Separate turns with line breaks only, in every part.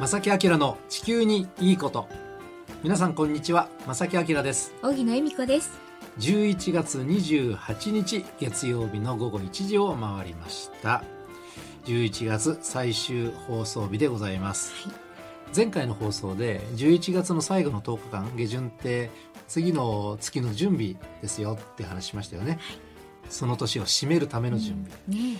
正木明の地球にいいこと皆さんこんにちは正木明です
荻野恵美子です
11月28日月曜日の午後1時を回りました11月最終放送日でございます、前回の放送で11月の最後の10日間下旬って次の月の準備ですよって話しましたよね、その年を締めるための準備、
ね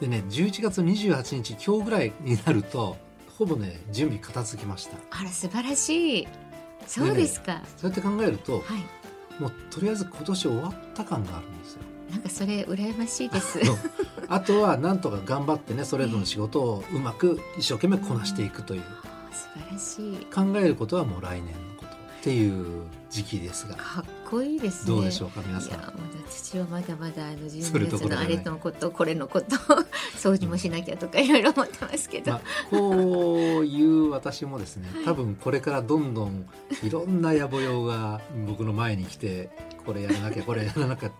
でね11月28日今日ぐらいになるとほぼね準備片付きました
えあら素晴らしいそうですか、
そうやって考えると
はい
もうとりあえず今年終わった感があるんですよ
なんかそれ羨ましいです
そうあとはなんとか頑張ってねそれぞれの仕事をうまく一生懸命こなしていくという
あ 素晴らしい
考えることはもう来年のことっていう時期ですが
かっこいいですね
どうでしょうか皆
い
さ
や
ん
まだ土はまだまだあの
それどこ
12月
ろじ
の
ゃ
あ
ない
れのことこれのこと 掃除もしなきゃとかいろいろ思ってますけど、
まあ、こういう私もですね
はい
多分これからどんどんいろんな野暮用が僕の前に来てこれやらなきゃこれやらなきゃ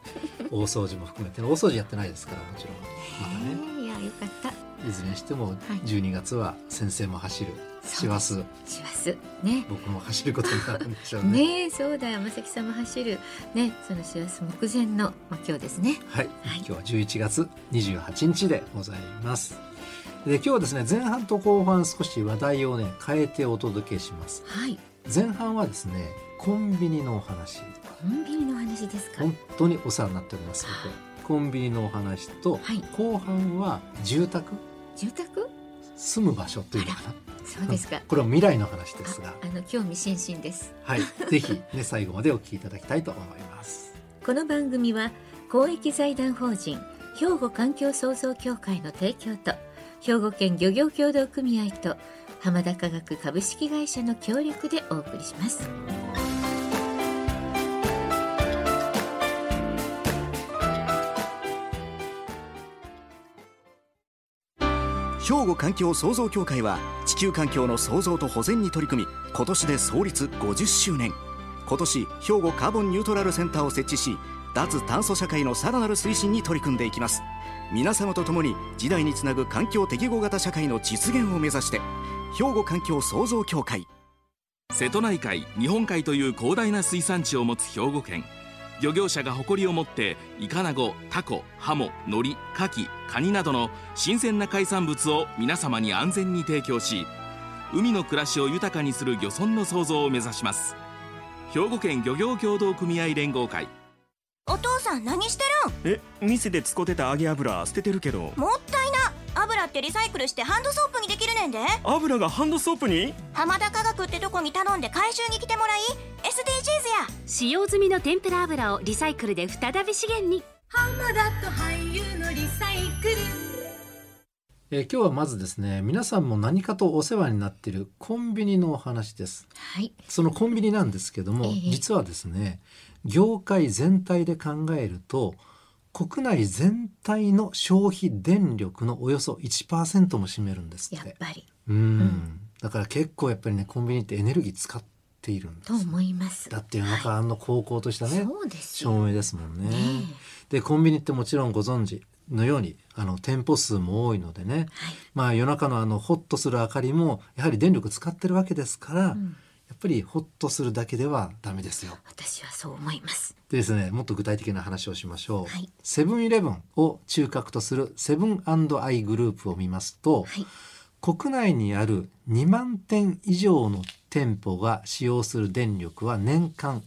大掃除も含めて大掃除やってないですからもちろんまたね
ねえいやよかった
いずれにしても
い
12月は先生も走る師
そう
走
師走ね
僕も走ることになるんでしょうね。
ねえそうだ山崎さんも走るねその師走目前の、まあ、今日ですね
はい、
はい
今日は11月28日でございます。で今日はですね前半と後半少し話題をね変えてお届けします。
はい
前半はですねコンビニのお話
コンビニの話ですか
本当にお世話になっております僕コンビニのお話と、
はい
後半は住宅
住宅
住む場所というのかな
そうですか
これは未来の話ですが
ああの興味津々です
はいぜひね最後までお聞きいただきたいと思います。
この番組は公益財団法人兵庫環境創造協会の提供と兵庫県漁業協同組合と浜田科学株式会社の協力でお送りします
兵庫環境創造協会は地球環境の創造と保全に取り組み今年で創立50周年今年兵庫カーボンニュートラルセンターを設置し脱炭素社会のさらなる推進に取り組んでいきます皆様と共に時代につなぐ環境適合型社会の実現を目指して兵庫環境創造協会
瀬戸内海日本海という広大な水産地を持つ兵庫県漁業者が誇りを持ってイカナゴタコハモノリカキカニなどの新鮮な海産物を皆様に安全に提供し海の暮らしを豊かにする漁村の創造を目指します兵庫県漁業協同組合連合会
お父さん何して
え店で使ってた揚げ油捨ててるけど
るもったいな油ってリサイクルしてハンドソープにできるねんで
油がハンドソープに
浜田科学ってとこに頼んで回収に来てもらい SDGs や
使用済みの天ぷら油をリサイクルで再び資源に
えー今日はまずですね皆さんも何かとお世話になっているコンビニのお話です
はい
そのコンビニなんですけども、
ええ
実はですね業界全体で考えると国内全体の消費電力のおよそ1%も占めるんです
や
っ
ってぱり
うん
ん
だから結構やっぱりねコンビニってエネルギー使っているんです
と思います
だって夜中あの高校としたね、
そうですよ
照明ですもんね
ね
でコンビニってもちろんご存知のようにあの店舗数も多いのでね、
はい
まあ、夜中のあのホッとする明かりもやはり電力使ってるわけですから、
え、うん、
やっぱりホッとするだけではダメですよ。
私はそう思います
でですねもっと具体的な話をしましょう、
はい
セブンイレブンを中核とするセブンアイグループを見ますと、
はい
国内にある2万店以上の店舗が使用する電力は年間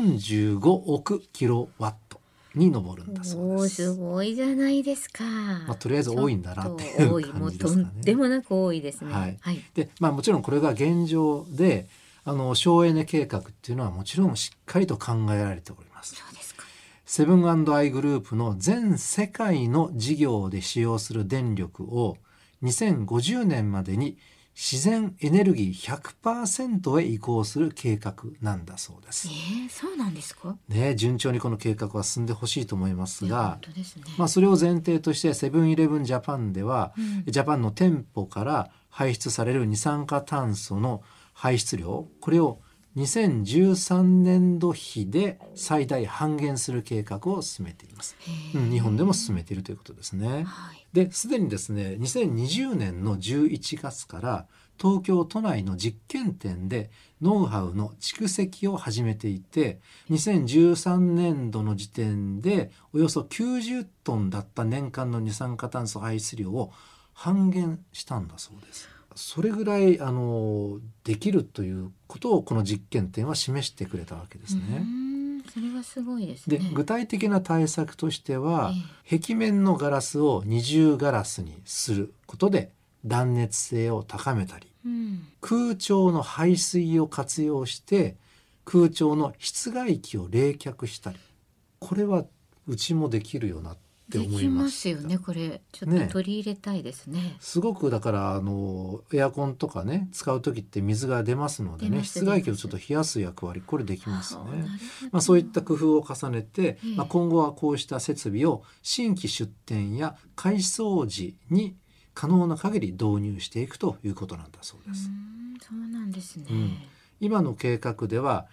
45億キロワットに上るんだそう
お
で
ー
す。
すごいじゃないですか。
まあとりあえず多いんだなっていう
ちょと多い、も
感
う
じで
と
すかね
んでもなく多いですね。
はい
はい。
で、まあ、もちろんこれが現状であの省エネ計画っていうのはもちろんしっかりと考えられております。
そうですか。
セブンアイグループの全世界の事業で使用する電力を2050年までに自然エネルギー100%へ移行する計画なんだそうです
え。えそうなんですか。
ね、順調にこの計画は進んでほしいと思います
いや
が
本、当ですね。
まあ、それを前提としてセブンイレブンジャパンでは、
うん
ジャパンの店舗から排出される二酸化炭素の排出量これを2013年度比で最大半減する計画を進めています、うん日本でも進めているということですね、
はい
ですでにですね2020年の11月から東京都内の実験店でノウハウの蓄積を始めていて2013年度の時点でおよそ90トンだった年間の二酸化炭素排出量を半減したんだそうです。それぐらいあのできるということをこの実験店は示してくれたわけですね。
うーんそれはすごいですね
で具体的な対策としては
え
壁面のガラスを二重ガラスにすることで断熱性を高めたり
うん
空調の排水を活用して空調の室外機を冷却したりこれはうちもできるよなって
で
思
き
いま
ますすよねこれちょっと
ね
取り入れたいですね
すごくだからあのエアコンとかね使う時って水が出ますので
出
ね
ます
室外機をちょっと冷やす役割これできます
あー
ね
な。るほど
まあ、そういった工夫を重ねて、
ええ
まあ、今後はこうした設備を新規出店や改装時に可能な限り導入していくということなんだそうです
う。んそうなんですね、
うん今の計画では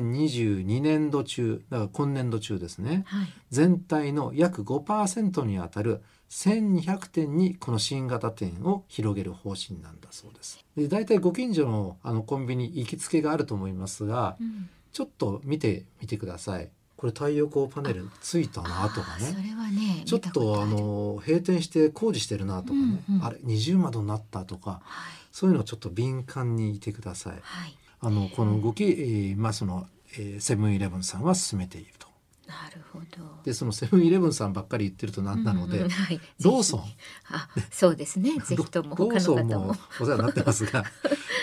2022年度中だから今年度中ですね
はい
全体の約5%にあたる1200店にこの新型店を広げる方針なんだそうです。で大体ご近所のあのコンビニ行きつけがあると思いますが、
うん
ちょっと見てみてください。これ太陽光パネルついたなとか
あーそ
ね。
れはね
ちょっ
見たこと
あ
る
の閉店して工事してるなとかね、
うんうん
あれ二重窓になったとか
はい
そういうのちょっと敏感にいてください
はい
あのこの動き、えーまあそのえーセブンイレブンさんは進めていると
なるほど
でそのセブンイレブンさんばっかり言ってるとなんなので、
うんうんはい
ローソン
ぜひあそうで すねぜひとも
ロー
他の
ソン
方も
もお世話になってます が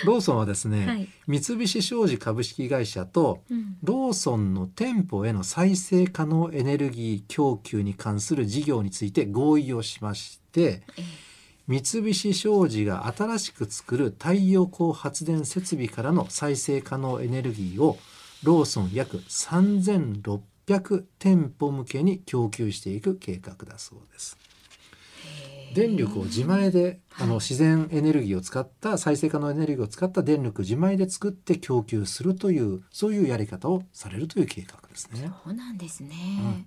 ローソンはですね、
はい
三菱商事株式会社と
うん
ローソンの店舗への再生可能エネルギー供給に関する事業について合意をしまして
ええ
三菱商事が新しく作る太陽光発電設備からの再生可能エネルギーをローソン約3600店舗向けに供給していく計画だそうです。電力を自前であの自然エネルギーを使った再生可能エネルギーを使った電力自前で作って供給するというそういうやり方をされるという計画ですね。
そうなんですね、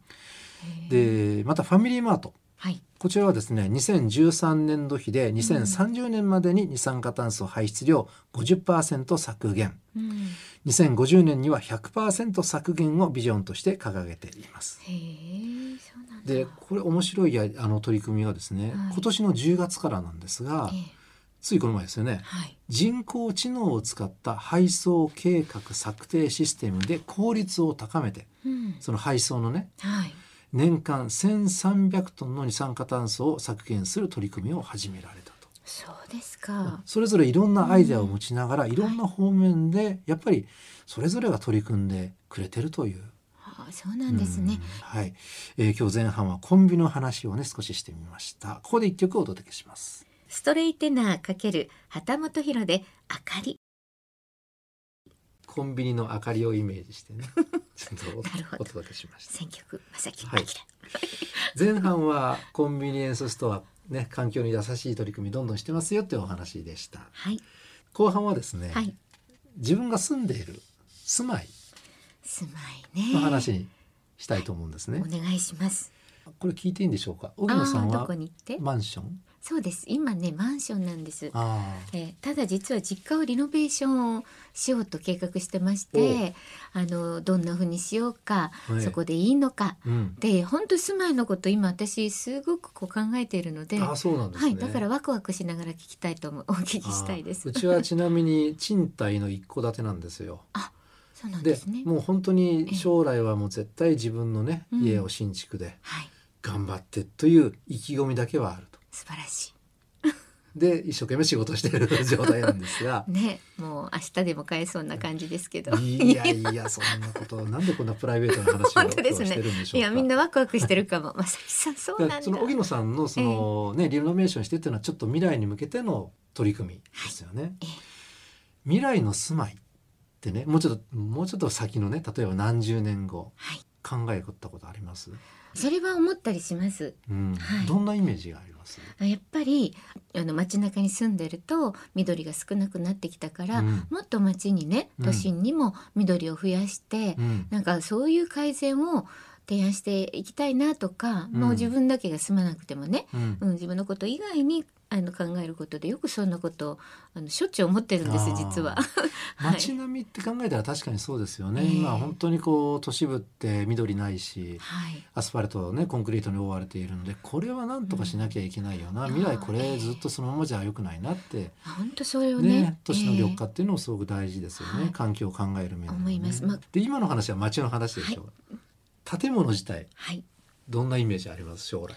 へー
でまたファミリーマート
はい
こちらはですね2013年度比で2030年までに二酸化炭素排出量50%削減
うん
2050年には100%削減をビジョンとして掲げています。
へえそうなんだ
でこれ面白いやあの取り組みはですね、
はい
今年の10月からなんですが
ええ
ついこの前ですよね、
はい
人工知能を使った配送計画策定システムで効率を高めて
うん
その配送のね
はい
年間1300トンの二酸化炭素を削減する取り組みを始められたと
そうですか
それぞれいろんなアイデアを持ちながらいろんな方面でやっぱりそれぞれが取り組んでくれてるという。
あそうなんですね
うんはい、えー今日前半はコンビの話をね少ししてみましたここで一曲お届けします
ストレイテナー×旗本博で明かり
コンビニの明かりをイメージして ねちょ
なる
っとお
ほど
届けしました
選曲正木
はい前半はコンビニエンスストアね環境に優しい取り組みどんどんしてますよっていうお話でした
はい、
後半はですね、
はい、
自分が住んでいる住まい
住まいね
の話にしたいと思うんですね、
お願いします
これ聞いていいんでしょうか荻
ああ
野さん
ーど
は
こに行って
マンション
そうです今ねマンションなんです
ああ
えーただ実は実家をリノベーションをしようと計画してましてあのどんな風にしようか、
はい
そこでいいのか
うん
で本当住まいのこと今私すごくこう考えているので
ああそうなんです
は
ね、
い、だからワクワクしながら聞きたいと思うお 聞きしたいで
あー
す
うちはちなみに賃貸の一戸建てなんですよ
そうなん
で
ですね
もう本当に将来はもう絶対自分のね、
うん
家を新築で
はい
頑張ってという意気込みだけはあると
素晴らし
で一生懸命仕事してる状態なんですが
いねもう明日でも買えそうな感じですけど
いやいやそんなことなんでこんなプライベートな話を
本当ですね
してるんでしょ
いう
か
やみんなワクワクしてるかも まさきさんそう
だか
な
ら
ん
そ
だ
の荻野さんのその、ねリノベーションしてっていうのはちょっと未来に向けての取り組みですよね。
ええ
未来の住まいってねもうちょっともうちょっと先のね例えば何十年後、
はい
考えたことあります、
それは思ったりします
うん
はい
どんなイメージがありますます
あやっぱりあの街中に住んでると緑が少なくなってきたから、
うん
もっと街にね
うん
都心にも緑を増やして、
うん
なんかそういう改善を提案していきたいなとか、
うん
もう自分だけが住まなくてもね、
うん
うん、自分のこと以外にあの考えることでよくそんなことをあのしょっちゅう思ってるんです
あー
実は。はい
街並みって考えたら確かにそうですよね、
ええ
今本当にこう都市部って緑ないし
はい
アスファルトねコンクリートに覆われているのでこれはなんとかしなきゃいけないよな、未来これずっとそのままじゃ良くないなって、
あ本当それを
ね
ね
都市の
え
緑
え
化っていうのもすごく大事ですよね、
はい
環境を考える面でもね、
思いますまあ
で今の話は街の話でしょう、建物自体
はい
どんなイメージあります将来、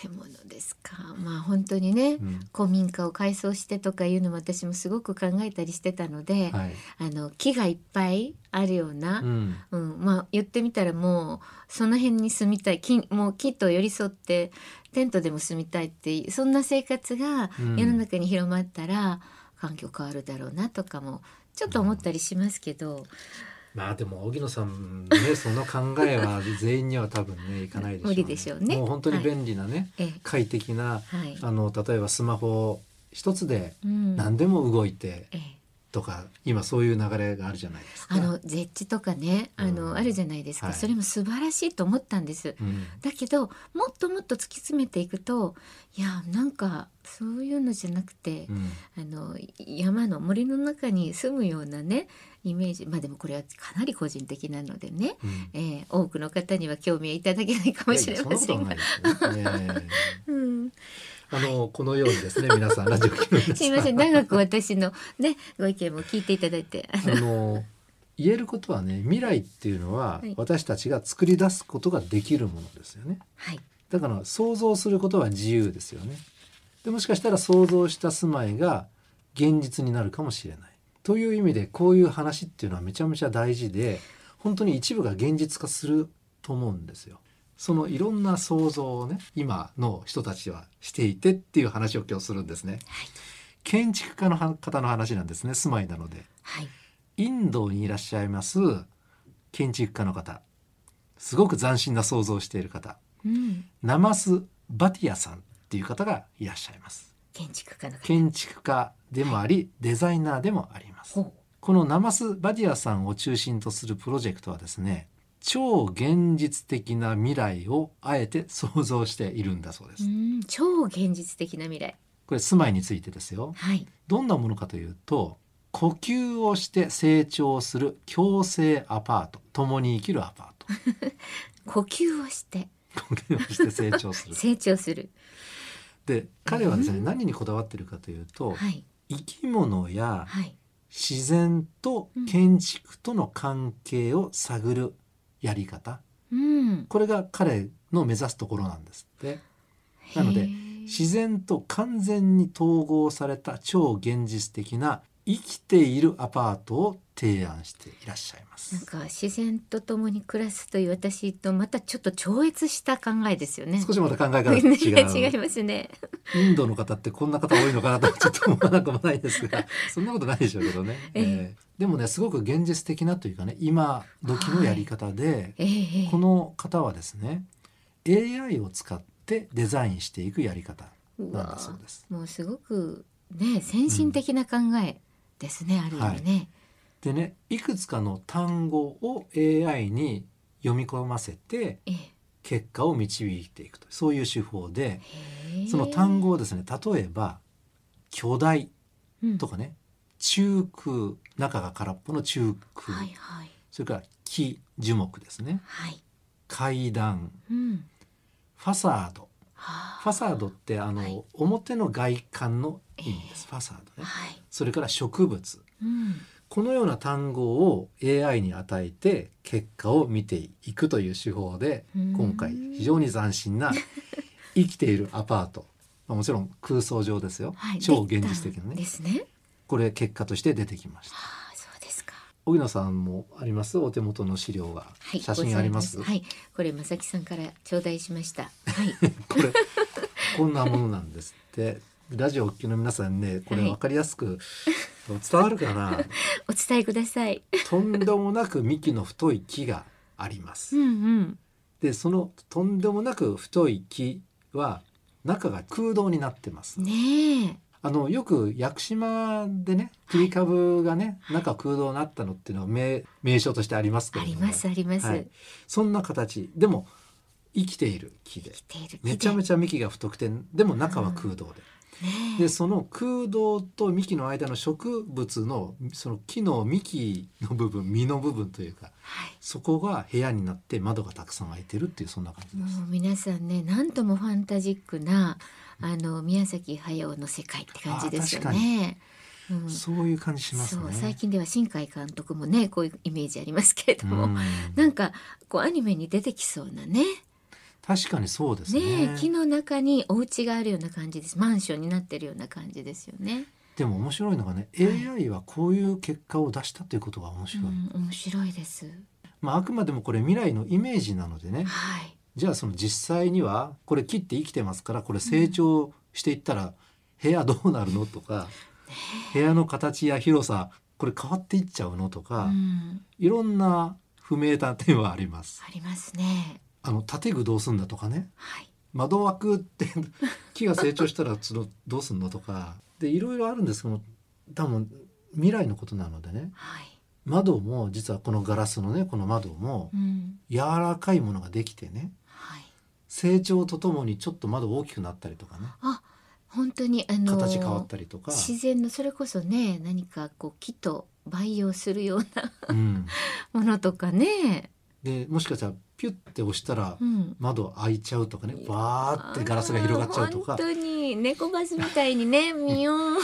建物ですかまあ本当にね、
うん
古民家を改装してとかいうのも私もすごく考えたりしてたので、
はい
あの木がいっぱいあるような、
うん
うん、まあ言ってみたらもうその辺に住みたい木もう木と寄り添ってテントでも住みたいってそんな生活が
うん
世の中に広まったら環境変わるだろうなとかもちょっと思ったりしますけど、
まあでも荻野さんねその考え は全員には多分ねいかないでしょう、
無理でしょうね
もう本当に便利なね、
ええ
快適な
はい、
あの例えばスマホ一つで
うん
何でも動いて
ええ
とか、今そういう流れがあるじゃないですか。
あの絶地とかねあの、
うん
あるじゃないですか、
はい
それも素晴らしいと思ったんです。
うん
だけどもっともっと突き詰めていくといやなんかそういうのじゃなくて、
うん
あの山の森の中に住むようなねイメージまあでもこれはかなり個人的なのでね、
うん
えー多くの方には興味はいただけないかもしれませんが。
いやいやそんなことはないですよね。え
うん、
えあのこのようにです ね皆さんラジオ聞く皆
す
さ
い
ん
ません長く私のねご意見も聞いていただいてあの
あの言えることはね未来っていうのは
はい
私たちが作り出すことができるものですよね。
はい
だから想像することは自由ですよね。でもしかしたら想像した住まいが現実になるかもしれない。という意味でこういう話っていうのはめちゃめちゃ大事で本当に一部が現実化すると思うんですよ。そのいろんな想像をね今の人たちはしていてっていう話を今日するんですね。建築家の方の話なんですね住まいなので。
はい
インドにいらっしゃいます建築家の方すごく斬新な想像をしている方
うん、
ナマス・バティアさんっていう方がいらっしゃいます
建築家の方
建築家でもありデザイナーでもあります
ほ
このナマス・バティアさんを中心とするプロジェクトはですね超現実的な未来をあえて想像しているんだそうで
うう
す、
ん超現実的な未来
これ住まいについてですよ
はい
どんなものかというと呼吸をして成長する共生アパート共に生きるアパー ト
呼吸をして
呼吸をして成長する。
成長する
で彼はですね、何にこだわってるかというと、
はい
生き物や
はい
自然と建築との関係を探るやり方、
うん
これが彼の目指すところなんですって。なの
へ
で
ー
自然と完全に統合された超現実的な生きているアパートを提案していらっしゃいま
なん
す。
か自然と共に暮らすという私とまたちょっと超越した考えですよね。
少しまた考え方が
ね
違
違
う
いますね。
インドの方ってこんな方多いのかなとちょっと思わなくもないです がそんなことないでしょうけどね、
ええ
でもねすごく現実的なというかね今時のやり方で、
ええええ
この方はですね AI を使ってデザインしていくやり方
う
なん
わ
だそうです。
もうすごくね先進的な考えですね、ある意味ね。
でねいくつかの単語を AI に読み込ませて
え
結果を導いていくとそういう手法で
えへえ
その単語をですね例えば巨大とかね中空中が空っぽの中
うん
空、
はいはい
それから木樹木ですね
はい。
階段
うん。
ファサード
は
ファサードってあの、
はい
表の外観の意味です、ファサード
あ
ね
はい。
それから植物
うん。
このような単語を AI に与えて結果を見ていくという手法で
うん
今回非常に斬新 な生きているアパートまあもちろん空想上ですよ、
はい。
超現実的な
で
ね
すね。
これ結果として出てきました
ああそうですか。
荻野さんもありますお手元の資料が、
はい。
写真あります
ございはい。これまさきさんから頂戴しました。はい。
これこんなものなんですってラジオお聞きの皆さんねこれ
はい
分かりやすく伝わるかな、
お伝えください。
とんでもなく幹の太い木がありま
う
す
んうん。
でそのとんでもなく太い木は中が空洞になってます。
ねえ
あのよく屋久島でね切り株がね、中空洞になったのっていうのは名名称としてありますけ
あ
れど
り
も
ますあります、
はい、そんな形でも生きている木で
生きている木で
めちゃめちゃ幹が太くてでも中は空洞で。
ねえ
でその空洞と幹の間の植物のその木の幹の部分実の部分というか
はい
そこが部屋になって窓がたくさん開いてるっていうそんな感じです。
もう皆さんね何ともファンタジックなあの宮崎駿の世界って感じですよね。うん
そういう感じしますね。
そう最近では新海監督もねこういうイメージありますけれども、
うん
なんかこうアニメに出てきそうなね
確かにそうですね。
ね木の中にお家があるような感じですマンションになってるような感じですよね。
でも面白いのがね、AI はこういう結果を出したということが面白い。
うん、面白いです。
まああくまでもこれ未来のイメージなのでね。
はい
じゃあその実際にはこれ切って生きてますからこれ成長していったら部屋どうなるのとか、部屋の形や広さこれ変わっていっちゃうのとか、
うん、
いろんな不明な点はあります。
ありますね。
あの建具どうすんだとかね
はい
窓枠って木が成長したらそのどうすんのとかでいろいろあるんですけど多分未来のことなのでね
はい。
窓も実はこのガラスのねこの窓も
うん
柔らかいものができてね
はい。
成長とともにちょっと窓大きくなったりとかね
本当にあのー
形変わったりとか、
自然のそれこそね何かこう木と培養するような
うん、
ものと かね、
でもしかしたらピュッて押したら
うん、
窓開いちゃうとかねバーってガラスが広がっちゃうと
あ
か
ー本当に猫バスみたいにねミヨーン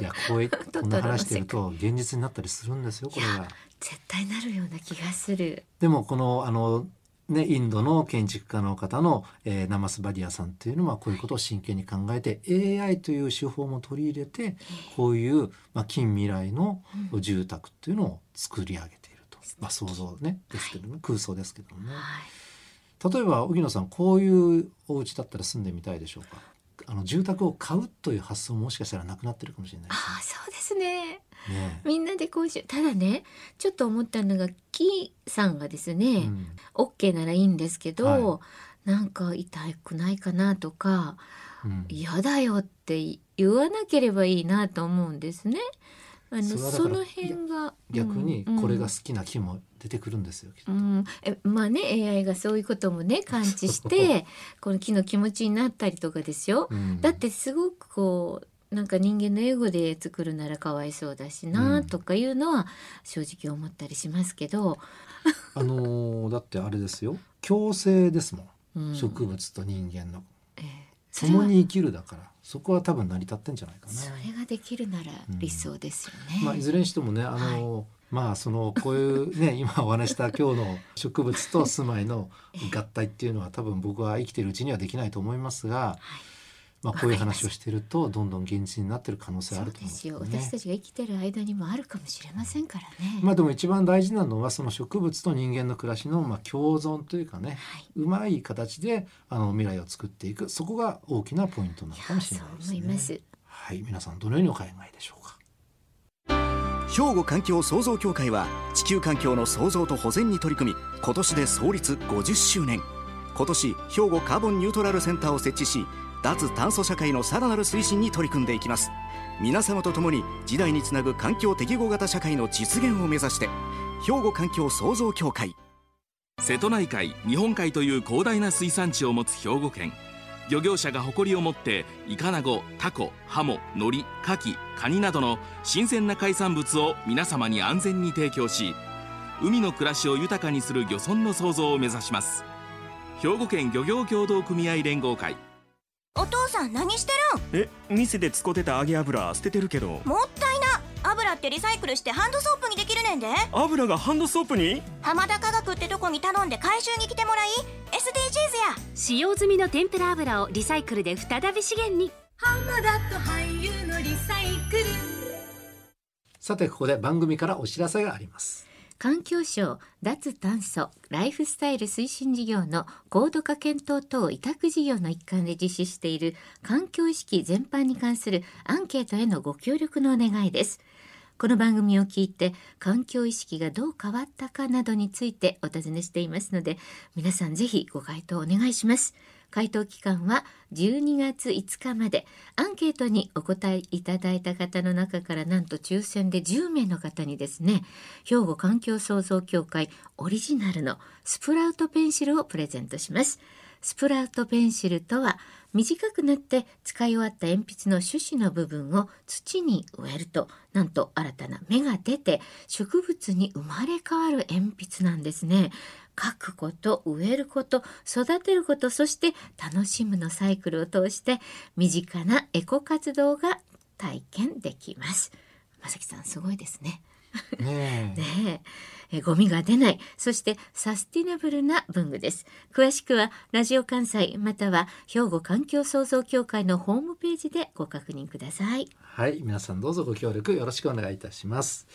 いやこうい
ト
こ
ロ
ん
の世界
な話してると現実になったりするんですよこれが。
絶対なるような気がする
でもこのあのね、インドの建築家の方の、えーナマスバディアさんというのはこういうことを真剣に考えて AI という手法も取り入れてこういう、まあ、近未来の住宅というのを作り上げていると、まあ、想像ねですけどね、空想ですけどもね
は
例えば荻野さんこういうお家だったら住んでみたいでしょうかあの住宅を買うという発想ももしかしたらなくなってるかもしれないで
ああそうですね
すね。ね
みんなでこうしようただねちょっと思ったのがキさんがですね、
うん
オッケーならいいんですけど、
は
なんか痛くないかなとか
うん
嫌だよって言わなければいいなと思うんですね。あの
それはだ
そ
から
の辺が
逆にこれが
うん
好きな木も出てくるんですよきっと
うんえまあね AI がそういうこともね感知して この木の気持ちになったりとかですよ。
うん
だってすごくこうなんか人間のエゴで作るならかわいそうだし
う
なんとかいうのは正直思ったりしますけど、
あのーだってあれですよ共生ですもん、
うん
植物と人間の
ええそれは
共に生きるだからそこは多分成り立ってんじゃないかな
それができるなら理想ですよね。
まあいずれにしてもねあのーまあそのこういうね 今お話した今日の植物と住まいの合体っていうのは多分僕は生きてるうちにはできないと思いますが、まあこういう話をしてるとどんどん現実になってる可能性あ
そう
ると思
で
うん
すよ
けどね
私たちが生きてる間にもあるかもしれませんからね。
まあでも一番大事なのはその植物と人間の暮らしのまあ共存というかね、
はいう
まい形であの未来を作っていくそこが大きなポイントなのかもし
そ
れない
う
です
思い
ね。
ます。
はい、皆さんどのようにお考えでしょうか。
兵庫環境創造協会は地球環境の創造と保全に取り組み今年で創立50周年今年兵庫カーボンニュートラルセンターを設置し脱炭素社会のさらなる推進に取り組んでいきます皆様と共に時代につなぐ環境適合型社会の実現を目指して兵庫環境創造協会
瀬戸内海日本海という広大な水産地を持つ兵庫県漁業者が誇りを持ってイカナゴタコハモノリカキカニなどの新鮮な海産物を皆様に安全に提供し海の暮らしを豊かにする漁村の創造を目指します兵庫県漁業協同組合連合会
お父さん何してるん
え店で使ってた揚げ油捨ててるけど
もったいな油ってリサイクルしてハンドソープにできるねんで
油がハンドソープに
浜田科学ってとこに頼んで回収に来てもらい SDGs や
使用済みの天ぷら油をリサイクルで再び資源に
さてここで番組からお知らせがあります。
環境省脱炭素ライフスタイル推進事業の高度化検討等委託事業の一環で実施している環境意識全般に関するアンケートへのご協力のお願いです。この番組を聞いて環境意識がどう変わったかなどについてお尋ねしていますので皆さんぜひご回答お願いします。回答期間は12月5日までアンケートにお答えいただいた方の中からなんと抽選で10名の方にですね兵庫環境創造協会オリジナルのスプラウトペンシルをプレゼントしますスプラウトペンシルとは短くなって使い終わった鉛筆の種子の部分を土に植えるとなんと新たな芽が出て植物に生まれ変わる鉛筆なんですね書くこと植えること育てることそして楽しむのサイクルを通して身近なエコ活動が体験できますまさきさんすごいですね
ねえ
ねええゴミが出ないそしてサスティナブルな文具です詳しくはラジオ関西または兵庫環境創造協会のホームページでご確認ください
はい皆さんどうぞご協力よろしくお願いいたします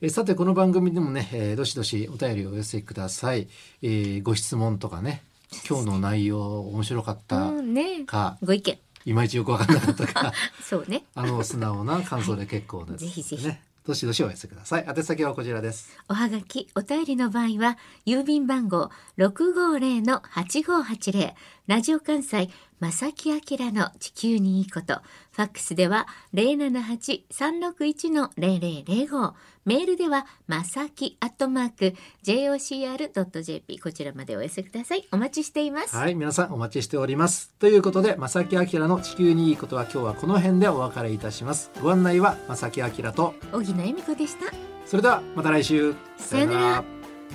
えーさてこの番組でもね、えーどしどしお便りをお寄せください、えーご質問とかね今日の内容面白かった
うんね
か、
ご意見
いまいちよくわかんなかったか
そうね
あの素直な感想で結構です、
ぜひぜひ
ねどしどしお寄せください宛先はこちらです
おはがき、お便りの場合は、郵便番号650-8580、ラジオ関西、正木明の地球にいいこと、ファックスでは078-361-0005、メールでは、まさきアットマーク、jocr.jp、こちらまでお寄せください。お待ちしています。
はい、皆さんお待ちしております。ということで、正木明の地球にいいことは今日はこの辺でお別れいたします。ご案内は正木明と、
小木野恵美子でした。
それではまた来週。
さよなら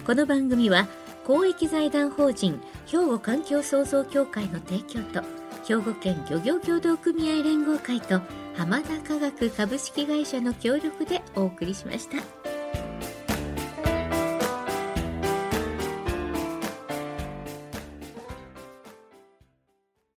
この番組は公益財団法人兵庫環境創造協会の提供と兵庫県漁業協同組合連合会と浜田科学株式会社の協力でお送りしました。